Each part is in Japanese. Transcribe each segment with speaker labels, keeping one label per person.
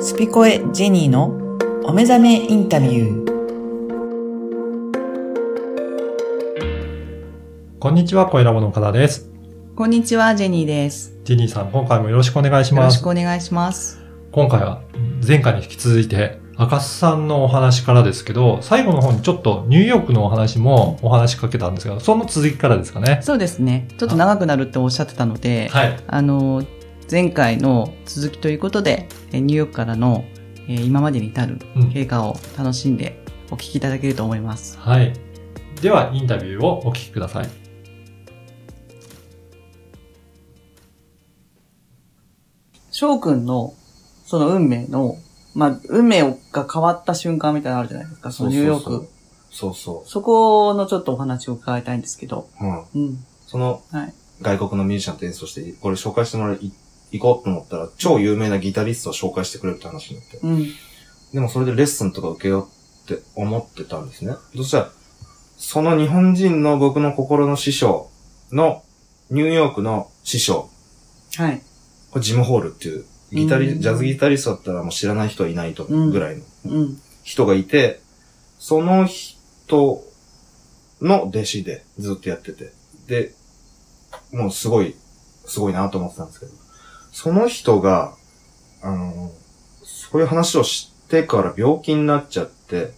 Speaker 1: スピコエジェニーのお目覚めインタビュー。
Speaker 2: こんにちは、声ラボの岡田です。
Speaker 1: こんにちは、ジェニーです。
Speaker 2: ジェニーさん、今回もよろしくお願いし
Speaker 1: よ
Speaker 2: ま
Speaker 1: ろし
Speaker 2: す
Speaker 1: く。お願いします。
Speaker 2: 今回は前回に引き続いて、赤須さんのお話からですけど、最後の方にちょっとニューヨークのお話もお話しかけたんですが、その続きからですかね。
Speaker 1: そうですね。ちょっと長くなるっておっしゃってたので、
Speaker 2: はい。
Speaker 1: あの、前回の続きということで、えニューヨークからのえー今までに至る
Speaker 2: うん
Speaker 1: 経過を楽しんでお聞きいただけると思います。
Speaker 2: はい。では、インタビューをお聞きください。
Speaker 1: 翔くんのその運命の、まあ、運命が変わった瞬間みたいなのあるじゃないですか、そのニューヨーク。そ
Speaker 3: そうそうそ
Speaker 1: このちょっとお話を伺いたいんですけど。
Speaker 3: う。うん。
Speaker 1: うん。
Speaker 3: その、
Speaker 1: はい
Speaker 3: 外国のミュージシャンと演奏して、これ紹介してもらい、行こうと思ったら、超有名なギタリストを紹介してくれるって話になって。
Speaker 1: うん。
Speaker 3: でもそれでレッスンとか受けようって思ってたんですね。そしたら、その日本人の僕の心の師匠の、ニューヨークの師匠、
Speaker 1: はい。
Speaker 3: これジムホールっていう、ギタ
Speaker 1: うん
Speaker 3: リ、ジャズギタリストだったらもう知らない人はいないと思うぐらいの
Speaker 1: うん。
Speaker 3: 人がいて、その人の弟子でずっとやってて、で、もうすごい、すごいなと思ってたんですけど、その人が、あの、そういう話をしてから病気になっちゃって、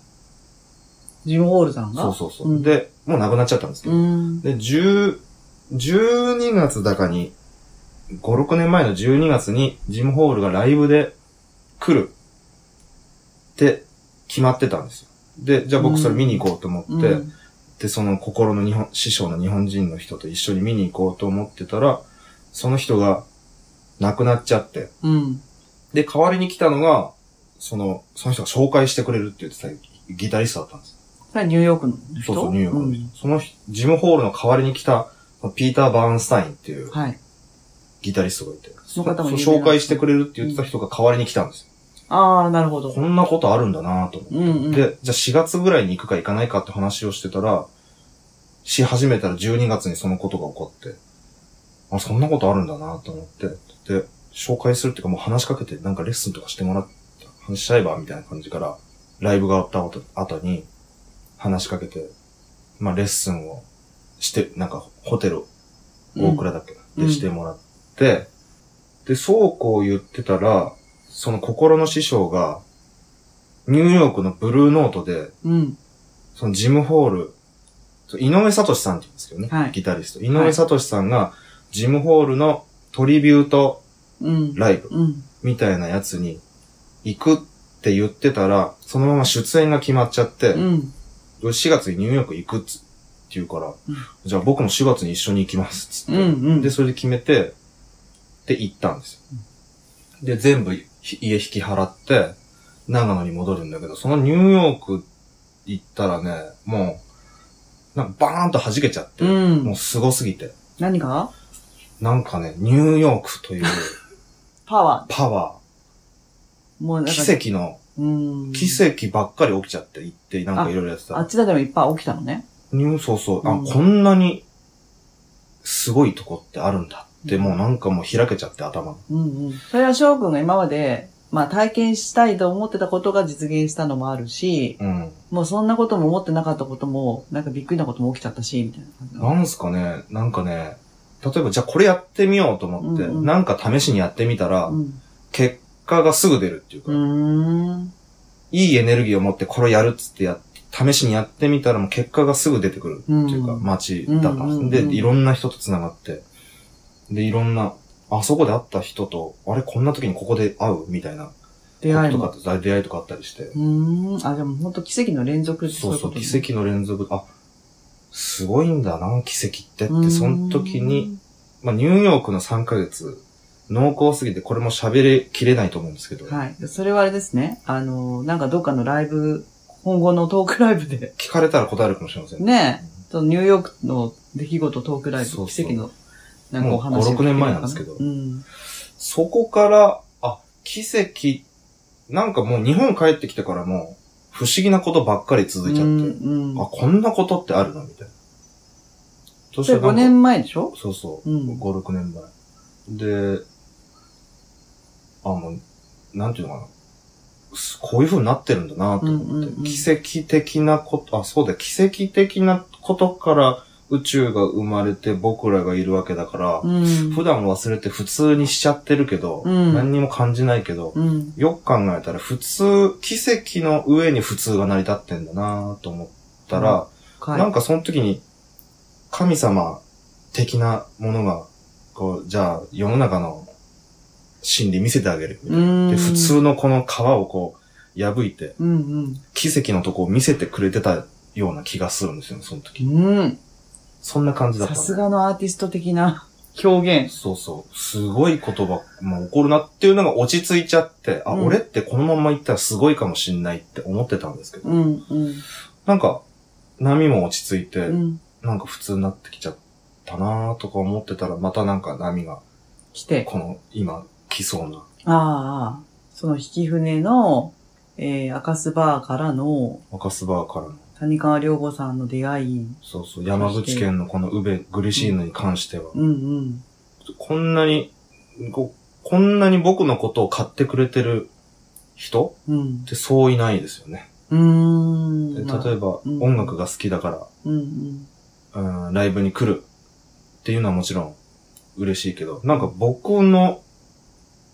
Speaker 1: ジム・ホールさんが
Speaker 3: そうそうそう。
Speaker 1: うん
Speaker 3: で、もう亡くなっちゃったんですけど、
Speaker 1: うん。
Speaker 3: で、10、12月だかに、5、6年前の12月に、ジムホールがライブで来るって決まってたんですよ。で、じゃあ僕それ見に行こうと思って、
Speaker 1: うん
Speaker 3: で、その心の日本、師匠の日本人の人と一緒に見に行こうと思ってたら、その人が亡くなっちゃって、
Speaker 1: うん。
Speaker 3: で、代わりに来たのが、その、その人が紹介してくれるって言ってたギタリストだったんですよ
Speaker 1: それはニューヨークの人
Speaker 3: そうそう、ニューヨークの人。その人ジムホールの代わりに来た、ピーター・バーンスタインっていう
Speaker 1: うんはい。
Speaker 3: ギタリストがいて、
Speaker 1: その方も有名な
Speaker 3: そう紹介してくれるって言ってた人が代わりに来たんですよ。
Speaker 1: ああ、なるほど
Speaker 3: こ。んなことあるんだなぁと思って。
Speaker 1: うんうん。
Speaker 3: で、じゃあ4月ぐらいに行くか行かないかって話をしてたら、し始めたら12月にそのことが起こって、あ、そんなことあるんだなと思って、で、紹介するっていうかもう話しかけてなんかレッスンとかしてもらって、話しちゃえばみたいな感じから、ライブが終わった後に話しかけて、まあレッスンをして、なんかホテル、大倉だっけ、
Speaker 1: うん
Speaker 3: でしてもらって、で、そうこう言ってたら、その心の師匠が、ニューヨークのブルーノートで、
Speaker 1: うん。
Speaker 3: そのジムホール、そう井上聡さんって言うんですけどね、
Speaker 1: はい
Speaker 3: ギタリスト。井上聡さんが、ジムホールのトリビュート
Speaker 1: うん。
Speaker 3: ライブ
Speaker 1: うん。
Speaker 3: みたいなやつに行くって言ってたら、そのまま出演が決まっちゃって、
Speaker 1: うん。
Speaker 3: 4月にニューヨーク行くっつって言うから、
Speaker 1: ん
Speaker 3: じゃあ僕も4月に一緒に行きますっつって、
Speaker 1: うん。うん。
Speaker 3: で、それで決めて、で、行ったんですよ。で、全部ひ家引き払って、長野に戻るんだけど、そのニューヨーク行ったらね、もう、なんかバーンと弾けちゃって、
Speaker 1: うん
Speaker 3: もう凄すぎて。
Speaker 1: 何が
Speaker 3: なんかね、ニューヨークという
Speaker 1: パワ
Speaker 3: パワ
Speaker 1: ー。もう
Speaker 3: ー、
Speaker 1: なんか、
Speaker 3: 奇跡の、
Speaker 1: うん。
Speaker 3: 奇跡ばっかり起きちゃって行って、なんかいろいろやって。
Speaker 1: あったちだでもいっぱい起きたのね。
Speaker 3: ニューそうそう、あ、
Speaker 1: うん
Speaker 3: こんなに、すごいとこってあるんだって、もうなんかもう開けちゃって頭が。
Speaker 1: うんうん。それは翔くんが今まで、まあ体験したいと思ってたことが実現したのもあるし、
Speaker 3: うん。
Speaker 1: もうそんなことも思ってなかったことも、なんかびっくりなことも起きちゃったし、みたいな感じなの
Speaker 3: なんすかね、なんかね、例えばじゃあこれやってみようと思って、
Speaker 1: うんうん
Speaker 3: なんか試しにやってみたら、
Speaker 1: うん。
Speaker 3: 結果がすぐ出るっていう
Speaker 1: う
Speaker 3: か、
Speaker 1: ーん。
Speaker 3: いいエネルギーを持ってこれやるっつってやっ試しにやってみたらもう結果がすぐ出てくるっていうか、
Speaker 1: うん
Speaker 3: 街だったんです、
Speaker 1: うんうんうん
Speaker 3: で、いろんな人と繋がって、で、いろんな、あそこで会った人と、あれこんな時にここで会うみたいな、
Speaker 1: 出会い
Speaker 3: と
Speaker 1: も。
Speaker 3: かって、出会いとかあったりして、
Speaker 1: うーん。あ、でも本当奇跡の連続って
Speaker 3: そう
Speaker 1: い
Speaker 3: そう、
Speaker 1: ことね
Speaker 3: 奇跡の連続、あ、すごいんだな、奇跡ってって、その時に、、まあ、ニューヨークの3ヶ月、濃厚すぎて、これも喋れきれないと思うんですけど、
Speaker 1: はい。それはあれですね。あの、なんかどっかのライブ、今後のトークライブで、
Speaker 3: 聞かれたら答えるかもしれません。
Speaker 1: ねえ、そのニューヨークの出来事トークライブ、
Speaker 3: そう
Speaker 1: 奇
Speaker 3: そう
Speaker 1: 跡の、なんかお話
Speaker 3: もう5 6年前
Speaker 1: を聞けるのか
Speaker 3: なんですけど
Speaker 1: うん。
Speaker 3: そこから、あ、奇跡、なんかもう日本帰ってきてからも、不思議なことばっかり続いちゃって、
Speaker 1: うん。うん
Speaker 3: あ、こんなことってあるのみたいな。そ
Speaker 1: それ5年前でしょ
Speaker 3: そうそう、
Speaker 1: うん
Speaker 3: 5、6年前。で、あ、もう、なんていうのかな。すこういう風になってるんだなと思って、
Speaker 1: うんうんうん
Speaker 3: 奇跡的なこと、あ、そうだよ、奇跡的なことから宇宙が生まれて僕らがいるわけだから、
Speaker 1: うん。
Speaker 3: 普段忘れて普通にしちゃってるけど、
Speaker 1: うん
Speaker 3: 何にも感じないけど、
Speaker 1: うん。
Speaker 3: よく考えたら普通、奇跡の上に普通が成り立ってんだなと思ったら、
Speaker 1: か
Speaker 3: なんかその時に、神様的なものが、こう、じゃあ世の中の真理見せてあげるみたいな。
Speaker 1: うん。
Speaker 3: で、普。通のこの皮をこう、破いて、
Speaker 1: うん
Speaker 3: 奇跡のとこを見せてくれてたような気がするんですよね、その時。
Speaker 1: うん。うん。
Speaker 3: そんな感じだった
Speaker 1: さ
Speaker 3: の
Speaker 1: すがのアーティスト的な表現。
Speaker 3: そうそう。すごい言葉、もう起こるなっていうのが落ち着いちゃって、あ、
Speaker 1: うん
Speaker 3: 俺ってこのまま行ったらすごいかもしんないって思ってたんですけど、
Speaker 1: うんうん。
Speaker 3: なんか、波も落ち着いて、
Speaker 1: うん。
Speaker 3: なんか普通になってきちゃったなーとか思ってたら、またなんか波が、
Speaker 1: 来て。
Speaker 3: この、今、来そうな。
Speaker 1: ああ、その引き船の、えー、赤須バーからの
Speaker 3: 若須バーからの、
Speaker 1: 谷川良吾さんの出会い。
Speaker 3: そうそう、山口県のこの宇部グリシーヌに関しては、
Speaker 1: うんうん。
Speaker 3: こんなに、ここんなに僕のことを買ってくれてる人
Speaker 1: うん
Speaker 3: っ。てそういないですよね。
Speaker 1: うーん。
Speaker 3: で
Speaker 1: まあ
Speaker 3: 例えば、
Speaker 1: うん
Speaker 3: 音楽が好きだから、
Speaker 1: うんうん。
Speaker 3: うん、ライブに来るっていうのはもちろん嬉しいけど、なんか僕の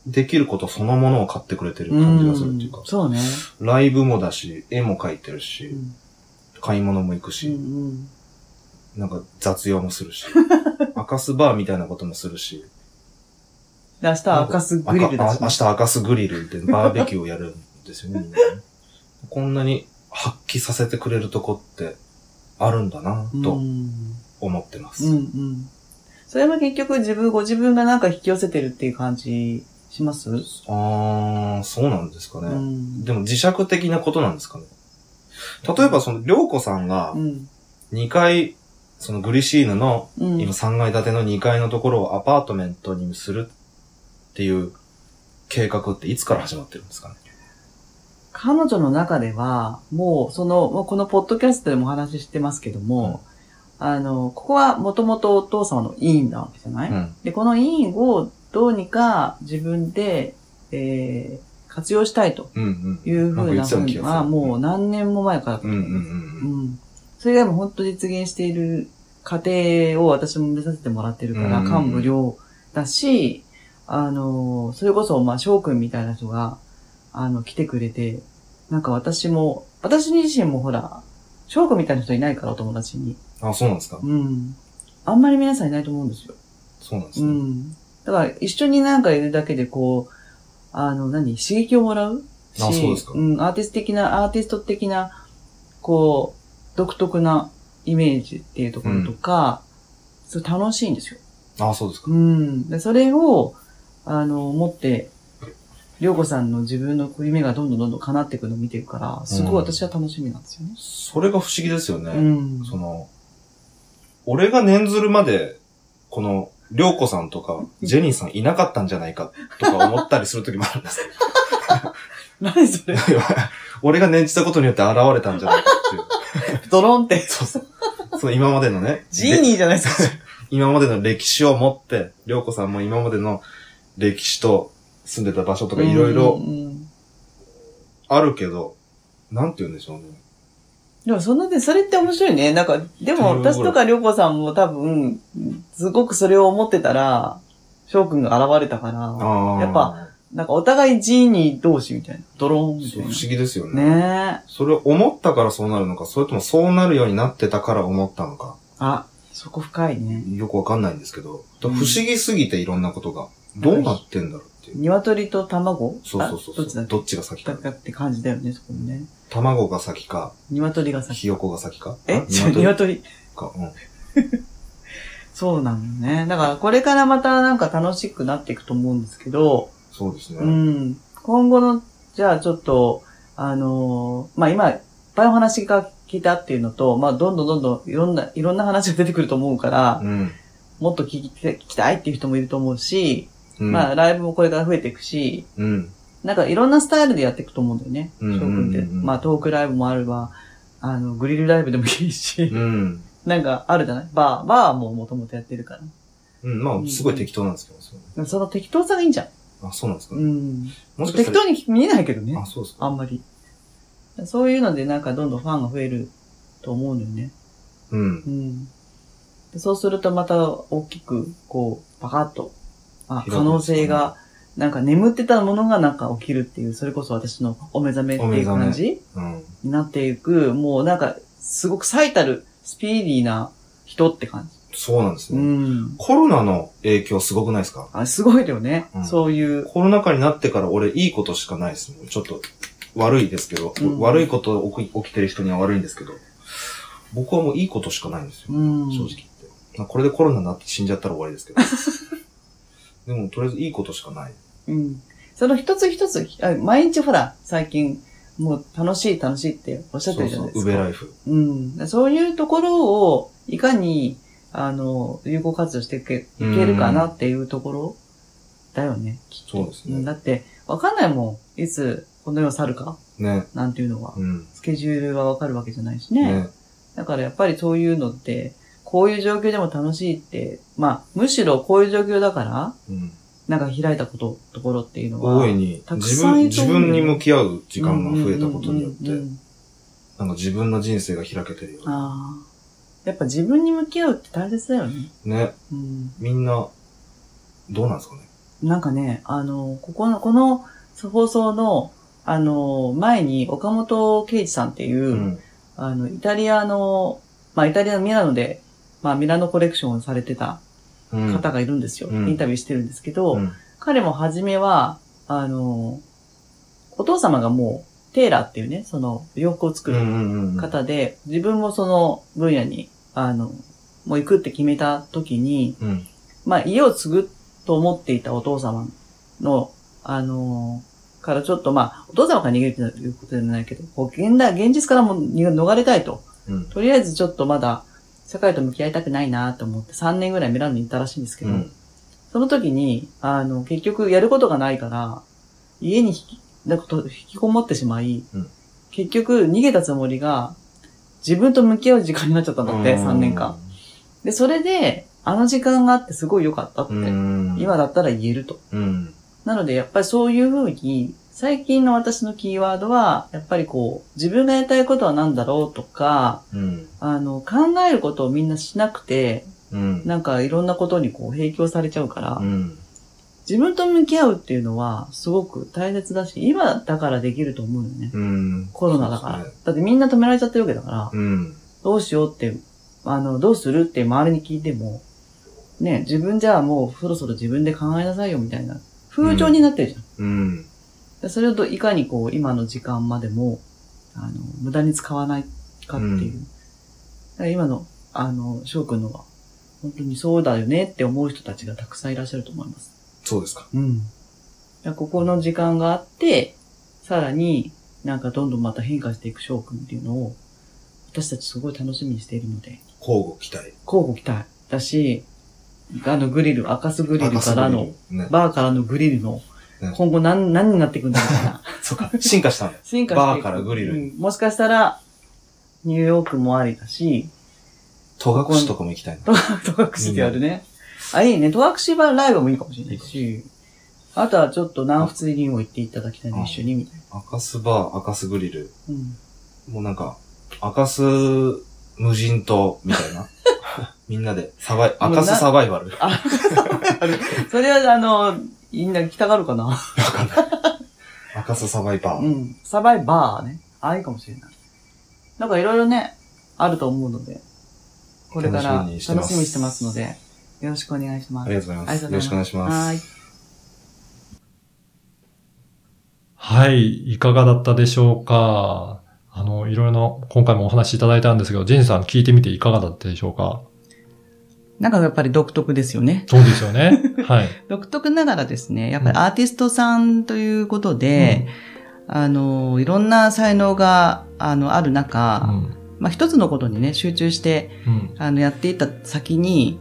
Speaker 3: できることそのものを買ってくれてる感じがするっていうか
Speaker 1: ん、そうね。
Speaker 3: ライブもだし、絵も描いてる
Speaker 1: う
Speaker 3: し、
Speaker 1: ん
Speaker 3: 買い物も行く
Speaker 1: う
Speaker 3: し、
Speaker 1: んうん。
Speaker 3: なんか雑用もする し、赤スバーみたいなこともするし、
Speaker 1: で、明日は赤須グリルだ
Speaker 3: あ明
Speaker 1: し。
Speaker 3: 日赤スグリルでバーベキューをやるんですよね、みんなね こんなに発揮させてくれるとこってあるんだな
Speaker 1: うん
Speaker 3: と思ってます。
Speaker 1: うんうん。それも結局自分、ご自分がなんか引き寄せてるっていう感じします
Speaker 3: あー、そうなんですかね。
Speaker 1: うん。
Speaker 3: でも磁石的なことなんですかね。例えばその、りょうこさんが
Speaker 1: うん。
Speaker 3: 2階、そのグリシーヌの
Speaker 1: うん。
Speaker 3: 今3階建ての2階のところをアパートメントにするっていう計画っていつから始まってるんですかね。
Speaker 1: 彼女の中では、もう、その、もうこのポッドキャストでもお話ししてますけども、あの、ここはもともとお父様の委員なわけじゃない、
Speaker 3: うん。
Speaker 1: で、この委員をどうにか自分で、えー、活用したいと
Speaker 3: うんうん。
Speaker 1: いうふうなふうには、もう
Speaker 3: う。
Speaker 1: 何年も前からだと
Speaker 3: うんう
Speaker 1: 思
Speaker 3: ん
Speaker 1: います。
Speaker 3: うん
Speaker 1: う
Speaker 3: うん。
Speaker 1: ん。それがもう本当実現している過程を私も目指せてもらってるから、
Speaker 3: うん
Speaker 1: 感無量だし、あの、それこそ、まあ、翔くんみたいな人が、あの、来てくれて、なんか私も、私自身もほら、翔くんみたいな人いないから、お友達に。
Speaker 3: あ、そうなんですか
Speaker 1: うん。あんまり皆さんいないと思うんですよ。
Speaker 3: そうなんです
Speaker 1: う
Speaker 3: ね。
Speaker 1: ん。だから、一緒になんかいるだけで、こう、あの、何、刺激をもらうし、
Speaker 3: あそうですか
Speaker 1: ん、アーティスト的な、アーティスト的な、こう、独特なイメージっていうところとか、そう楽しいんですよ。
Speaker 3: あ、そうですか
Speaker 1: うん。で、それを、あの、持って、りょうこさんの自分の夢がどんどんどんどん叶っていくのを見てるから、すごい私は楽しみなんですよね。
Speaker 3: それが不思議ですよね。
Speaker 1: うん。
Speaker 3: その、俺が念ずるまで、この、りょうこさんとか、ジェニーさんいなかったんじゃないか、とか思ったりする時もあるんです
Speaker 1: 何そ
Speaker 3: け
Speaker 1: れ
Speaker 3: ど 俺が念じたことによって現れたんじゃないかっていう。
Speaker 1: ドロン って。
Speaker 3: そうそう。その今までのね、
Speaker 1: ジー
Speaker 3: で
Speaker 1: ニーじゃないですか。
Speaker 3: 今までの歴史を持って、りょうこさんも今までの歴史と住んでた場所とかいろいろ
Speaker 1: うんうんうん
Speaker 3: あるけど、なんて言うんでしょうね。
Speaker 1: でもそんなで、それって面白いね。なんか、でも
Speaker 3: っていう
Speaker 1: 私とかりょうこさんも多分、すごくそれを思ってたら、翔くんが現れたから、
Speaker 3: ああ。
Speaker 1: やっぱ、なんかお互いジーニー同士みたいな。ドローンみた
Speaker 3: そう
Speaker 1: い
Speaker 3: 不
Speaker 1: な。
Speaker 3: 思議ですよね。
Speaker 1: ねえ。
Speaker 3: それを思ったからそうなるのか、それともそうなるようになってたから思ったのか。
Speaker 1: あ、そこ深いね。
Speaker 3: よくわかんないんですけど、
Speaker 1: う
Speaker 3: 不
Speaker 1: ん
Speaker 3: 思議すぎていろんなことが、どうなってんだろうっていう。
Speaker 1: 鶏と卵
Speaker 3: そうそうそ
Speaker 1: あど
Speaker 3: うそう。
Speaker 1: っちだっ
Speaker 3: どっちが先
Speaker 1: け
Speaker 3: か。
Speaker 1: だって感じだよね、そこもね。
Speaker 3: 卵が先か、
Speaker 1: 鶏が先。
Speaker 3: ひよこが先か。
Speaker 1: え
Speaker 3: あ
Speaker 1: 違う
Speaker 3: 鶏
Speaker 1: 鶏。
Speaker 3: か。うん。
Speaker 1: そうなのね。だからこれからまたなんか楽しくなっていくと思うんですけど、
Speaker 3: そうですね。
Speaker 1: う
Speaker 3: うん
Speaker 1: ん。今後の、じゃあちょっと、あのーまあ、今、いっぱいお話が聞いたっていうのと、まあ、どんどんどんどんいろんな、いろんな話が出てくると思うから、
Speaker 3: うん。
Speaker 1: もっと聞きて聞きたいっていう人もいると思うし、
Speaker 3: うん。
Speaker 1: まあ、ライブもこれから増えていくし、
Speaker 3: うん。
Speaker 1: なんかいろんなスタイルでやっていくと思うんだよね。
Speaker 3: うんうん
Speaker 1: 翔
Speaker 3: う
Speaker 1: くん
Speaker 3: ん
Speaker 1: っ
Speaker 3: うん
Speaker 1: て。まあ、トークライブもあれば、あの、グリルライブでもいい し、
Speaker 3: うん。
Speaker 1: なんかあるじゃないバー、バーももともとやってるか
Speaker 3: うん。まあ、すごい適当なんですけど、それ
Speaker 1: ら。その適当さがいいんじゃん。
Speaker 3: あ、そうなんですか、
Speaker 1: うん。
Speaker 3: もしかし
Speaker 1: 適
Speaker 3: た
Speaker 1: 当に見えないけどね
Speaker 3: ら、あ、。そうですか
Speaker 1: あんまり。そういうのでなんかどんどんファンが増えると思うのよね。
Speaker 3: うん
Speaker 1: う。ん。でそうするとまた大きく、こう、パカッと、あ、
Speaker 3: 広が
Speaker 1: 可
Speaker 3: る
Speaker 1: 能性が、なんか眠ってたものがなんか起きるっていう、それこそ私のお目覚めっていう感じ
Speaker 3: うん。
Speaker 1: になっていく、もうなんか、すごく最たるスピーディーな人って感
Speaker 3: そうなんです
Speaker 1: じ。
Speaker 3: ね。
Speaker 1: うん。
Speaker 3: コロナの影響すごくないですか
Speaker 1: あ、すごいよね。
Speaker 3: うん
Speaker 1: そういう。
Speaker 3: コロナ禍になってから俺いいことしかないですもん。ちょっと悪いですけど、
Speaker 1: うん
Speaker 3: 悪いこと起き起きてる人には悪いんですけど、僕はもういいことしかないんですよ。
Speaker 1: うん。
Speaker 3: 正直言って。まあこれでコロナになって死んじゃったら終わりですけど。 でもとりあえずいいことしかない。
Speaker 1: うん。その一つ一つ、あ毎日ほら、最近、もう楽しい楽しいっておっしゃってるじゃないですか。
Speaker 3: ウベライフ。
Speaker 1: うん。そういうところを、いかに、あの、有効活用していけいけるかなっていうところだよね。
Speaker 3: そうです
Speaker 1: うん
Speaker 3: ね。
Speaker 1: だって、わかんないもん。いつ、この世を去るか
Speaker 3: ね。
Speaker 1: なんていうのは。
Speaker 3: うん。
Speaker 1: スケジュールがわかるわけじゃないしね。
Speaker 3: ね。
Speaker 1: だからやっぱりそういうのって、こういう状況でも楽しいって、まあ、むしろこういう状況だから、
Speaker 3: うん。
Speaker 1: なんか開いたこと、ところっていうのは。
Speaker 3: 大いに
Speaker 1: たく
Speaker 3: 自
Speaker 1: さん
Speaker 3: 分、
Speaker 1: いると
Speaker 3: 自
Speaker 1: 思うよ
Speaker 3: 分に向き合う時間が増えたことによっ
Speaker 1: うんうんうんう
Speaker 3: て、
Speaker 1: ん
Speaker 3: なんか自分の人生が開けてるよ。
Speaker 1: ああ。やっぱ自分に向き合うって大切だよね。
Speaker 3: ね。
Speaker 1: うん。
Speaker 3: みんな、どうなんですかね。
Speaker 1: なんかね、あの、ここの、この放送の、あの、前に岡本圭司さんっていう、
Speaker 3: うん。
Speaker 1: あの、イタリアの、まあ、イタリアのミラノで、まあ、ミラノコレクションをされてた
Speaker 3: うん
Speaker 1: 方がいるんですよ。
Speaker 3: うん
Speaker 1: インタビューしてるんですけど、
Speaker 3: うん
Speaker 1: 彼も初めは、あの、お父様がもう、テーラーっていうね、その、洋服を作る方で、自分もその分野に、あの、もう行くって決めた時に、
Speaker 3: うん
Speaker 1: まあ、家を継ぐと思っていたお父様の、あのーからちょっとまあ、お父様から逃げるということじゃないけど、こう現代、現実からも逃げ逃れたいと。
Speaker 3: うん
Speaker 1: とりあえずちょっとまだ、社会と向き合いたくないなと思って、3年ぐらいミラノに行ったらしいんですけ
Speaker 3: う
Speaker 1: ど、
Speaker 3: ん
Speaker 1: その時に、あの、結局やることがないから、家に引き、なんかと引きこもってしまい、
Speaker 3: うん
Speaker 1: 結局逃げたつもりが、自分と向き合う時間になっちゃったんだって、3年間。。で、それで、あの時間があってすごい良かったって、
Speaker 3: うん、
Speaker 1: 今だったら言えると。
Speaker 3: うん、
Speaker 1: なので、やっぱりそういうふうに、最近の私のキーワードは、やっぱりこう、自分がやりたいことは何だろうとか、
Speaker 3: うん、
Speaker 1: あの、考えることをみんなしなくて、
Speaker 3: うん、
Speaker 1: なんかいろんなことにこう、影響されちゃうから、
Speaker 3: うん、
Speaker 1: 自分と向き合うっていうのは、すごく大切だし、今だからできると思うよね。
Speaker 3: うん。
Speaker 1: コロナだから。
Speaker 3: そうですね
Speaker 1: だってみんな止められちゃってるわけだから、
Speaker 3: うん、
Speaker 1: どうしようって、あの、どうするって周りに聞いても、ね、自分じゃあもうそろそろ自分で考えなさいよみたいな風潮になってるじゃん。
Speaker 3: うん、
Speaker 1: でそれをどいかにこう、今の時間までも、あの、無駄に使わないかっていう。
Speaker 3: うん
Speaker 1: だから今の、あの、翔くんのは、本当にそうだよねって思う人たちがたくさんいらっしゃると思います。
Speaker 3: そうですか。
Speaker 1: うん。ここの時間があって、さらになんかどんどんまた変化していく翔くんっていうのを、私たちすごい楽しみにしているので、
Speaker 3: 交互期待。
Speaker 1: 交互期待だし、あのグリル、赤スグリルからの、
Speaker 3: ね。
Speaker 1: バーからのグリルの
Speaker 3: ね、
Speaker 1: 今後何、何になっていくんだろうか な。
Speaker 3: そうか、進化 したんだ。
Speaker 1: 進化していく
Speaker 3: バーからグリルに
Speaker 1: うんもしかしたら、ニューヨークもありだし、
Speaker 3: 戸隠とかも行きたいな。
Speaker 1: 戸隠でやるね。あ、いいね。戸隠はライブもいいかもしれないし、あとはちょっと南仏にも行っていただきたいの、
Speaker 3: あ
Speaker 1: 一緒に、みたいな。
Speaker 3: 赤スバー、赤スグリル。
Speaker 1: うん。
Speaker 3: もうなんか、赤ス無人島みたい な。みんなで、サバイ、赤スサバイバル。
Speaker 1: あ、 それはあの、みんな行きたがるかな。
Speaker 3: 赤スサバイバ
Speaker 1: う
Speaker 3: ー。
Speaker 1: ん。サバイバーね。あ、いいかもしれない。なんかいろいろね、あると思うので、これから楽
Speaker 3: 楽しみにし
Speaker 1: してみ
Speaker 3: ます
Speaker 1: にしてますので、よろしくお願いしま
Speaker 3: あ
Speaker 1: す。
Speaker 3: りがとうございます。よろしくお願いし
Speaker 1: は
Speaker 3: ま
Speaker 1: ーい
Speaker 3: す。。
Speaker 2: はい、いかがだったでしょうかあの、いろいろな、今回もお話いただいたんですけど、ジェンさん聞いてみていかがだったでしょうか
Speaker 1: なんかやっぱり独特ですよね。
Speaker 2: そうですよ ね。はい。
Speaker 1: 独特ながらですね、やっぱりアーティストさんということで、あの、いろんな才能が、あの、ある
Speaker 2: う
Speaker 1: 中、
Speaker 2: ん。
Speaker 1: まあ一つのことにね、集中して、
Speaker 2: うん。
Speaker 1: あの、やっていった先に、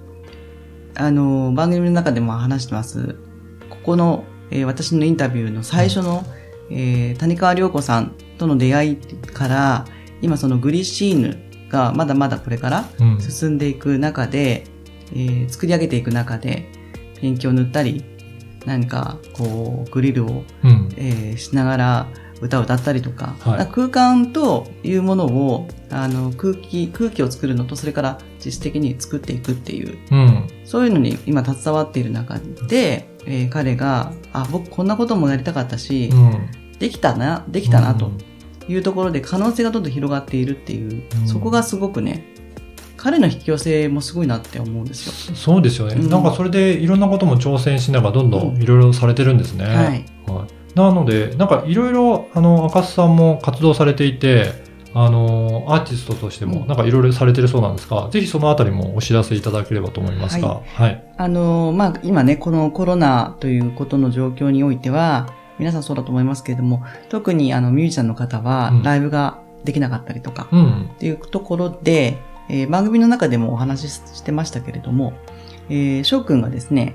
Speaker 1: あの、番組の中でも話してます、ここの、えー私のインタビューの最初の、えー谷川良子さんとの出会いから、今そのグリシーヌがまだまだこれから
Speaker 2: うん。
Speaker 1: 進んでいく中で、えー作り上げていく中でペンキを塗ったり何かこうグリルを、
Speaker 2: うん。
Speaker 1: えーしながら歌を歌ったりとか,、
Speaker 2: はい
Speaker 1: 空間というものをあの空気空気を作るのとそれから実質的に作っていくっていう
Speaker 2: うん。
Speaker 1: そういうのに今携わっている中で、えー彼があ僕こんなこともやりたかったし、
Speaker 2: うん。
Speaker 1: できたなできたな
Speaker 2: う
Speaker 1: と
Speaker 2: ん
Speaker 1: いうところで可能性がどんどん広がっているっていう、
Speaker 2: うん
Speaker 1: そこがすごくね彼の引き寄せもすごいなって思うんですよ。
Speaker 2: そうですよね、
Speaker 1: うん
Speaker 2: なんかそれでいろんなことも挑戦しながらどんど
Speaker 1: うん
Speaker 2: んいろいろされてるんですね。
Speaker 1: はい、
Speaker 2: はいなので、なんかいろいろ、あの、赤須さんも活動されていて、あの、アーティストとして
Speaker 1: う
Speaker 2: も、
Speaker 1: ん
Speaker 2: なんかいろいろされてるそうなんですが、ぜひそのあたりもお知らせいただければと思いますが、はい。
Speaker 1: あのーまあ、今ね、このコロナということの状況においては、皆さんそうだと思いますけれども、特にあの、ミュージシャンの方は
Speaker 2: うん、
Speaker 1: ライブができなかったりとか、
Speaker 2: うん。
Speaker 1: っていうところで、えー番組の中でもお話ししてましたけれども、えー翔くんがですね、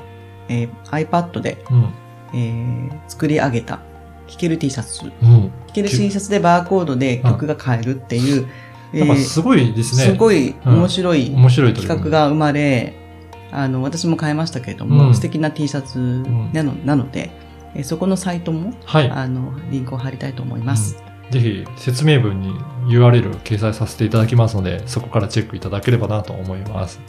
Speaker 1: えー iPad で、
Speaker 2: うん。
Speaker 1: えー作り上げた、聴ける T シャツ、聴
Speaker 2: うん。
Speaker 1: ける T シャツでバーコードで曲が買えるっていう、え
Speaker 2: なんか
Speaker 1: ー
Speaker 2: すごいですね。
Speaker 1: すごい面白い
Speaker 2: 面白い取り
Speaker 1: 企
Speaker 2: 組
Speaker 1: 画が
Speaker 2: み。
Speaker 1: 生まれ、あの、私も買いましたけれども、
Speaker 2: うん
Speaker 1: 素敵な T シャツなの,、なので、えそこのサイトも、
Speaker 2: はい。
Speaker 1: あの、リンクを貼りたいと思います。
Speaker 2: ぜひ説明文に URL を掲載させていただきますので、そこからチェックいただければなと思います。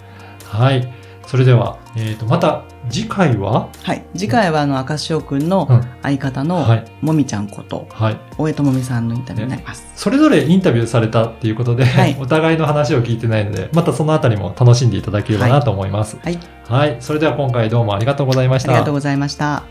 Speaker 2: はい。それでは、えっ、と、また次回は、
Speaker 1: はい。次回は、あの、赤潮くんの
Speaker 2: うん
Speaker 1: 相方
Speaker 2: は
Speaker 1: の、
Speaker 2: い。
Speaker 1: もみちゃんこと、
Speaker 2: はい。
Speaker 1: 大江智美さんのインタビューになります。
Speaker 2: それぞれインタビューされたっていうことで、
Speaker 1: はい
Speaker 2: お互いの話を聞いてないので、またそのあたりも楽しんでいただければなと思います。
Speaker 1: はい。
Speaker 2: はい。それでは今回どうもありがとうございまし
Speaker 1: あ
Speaker 2: た。
Speaker 1: りがとうございました。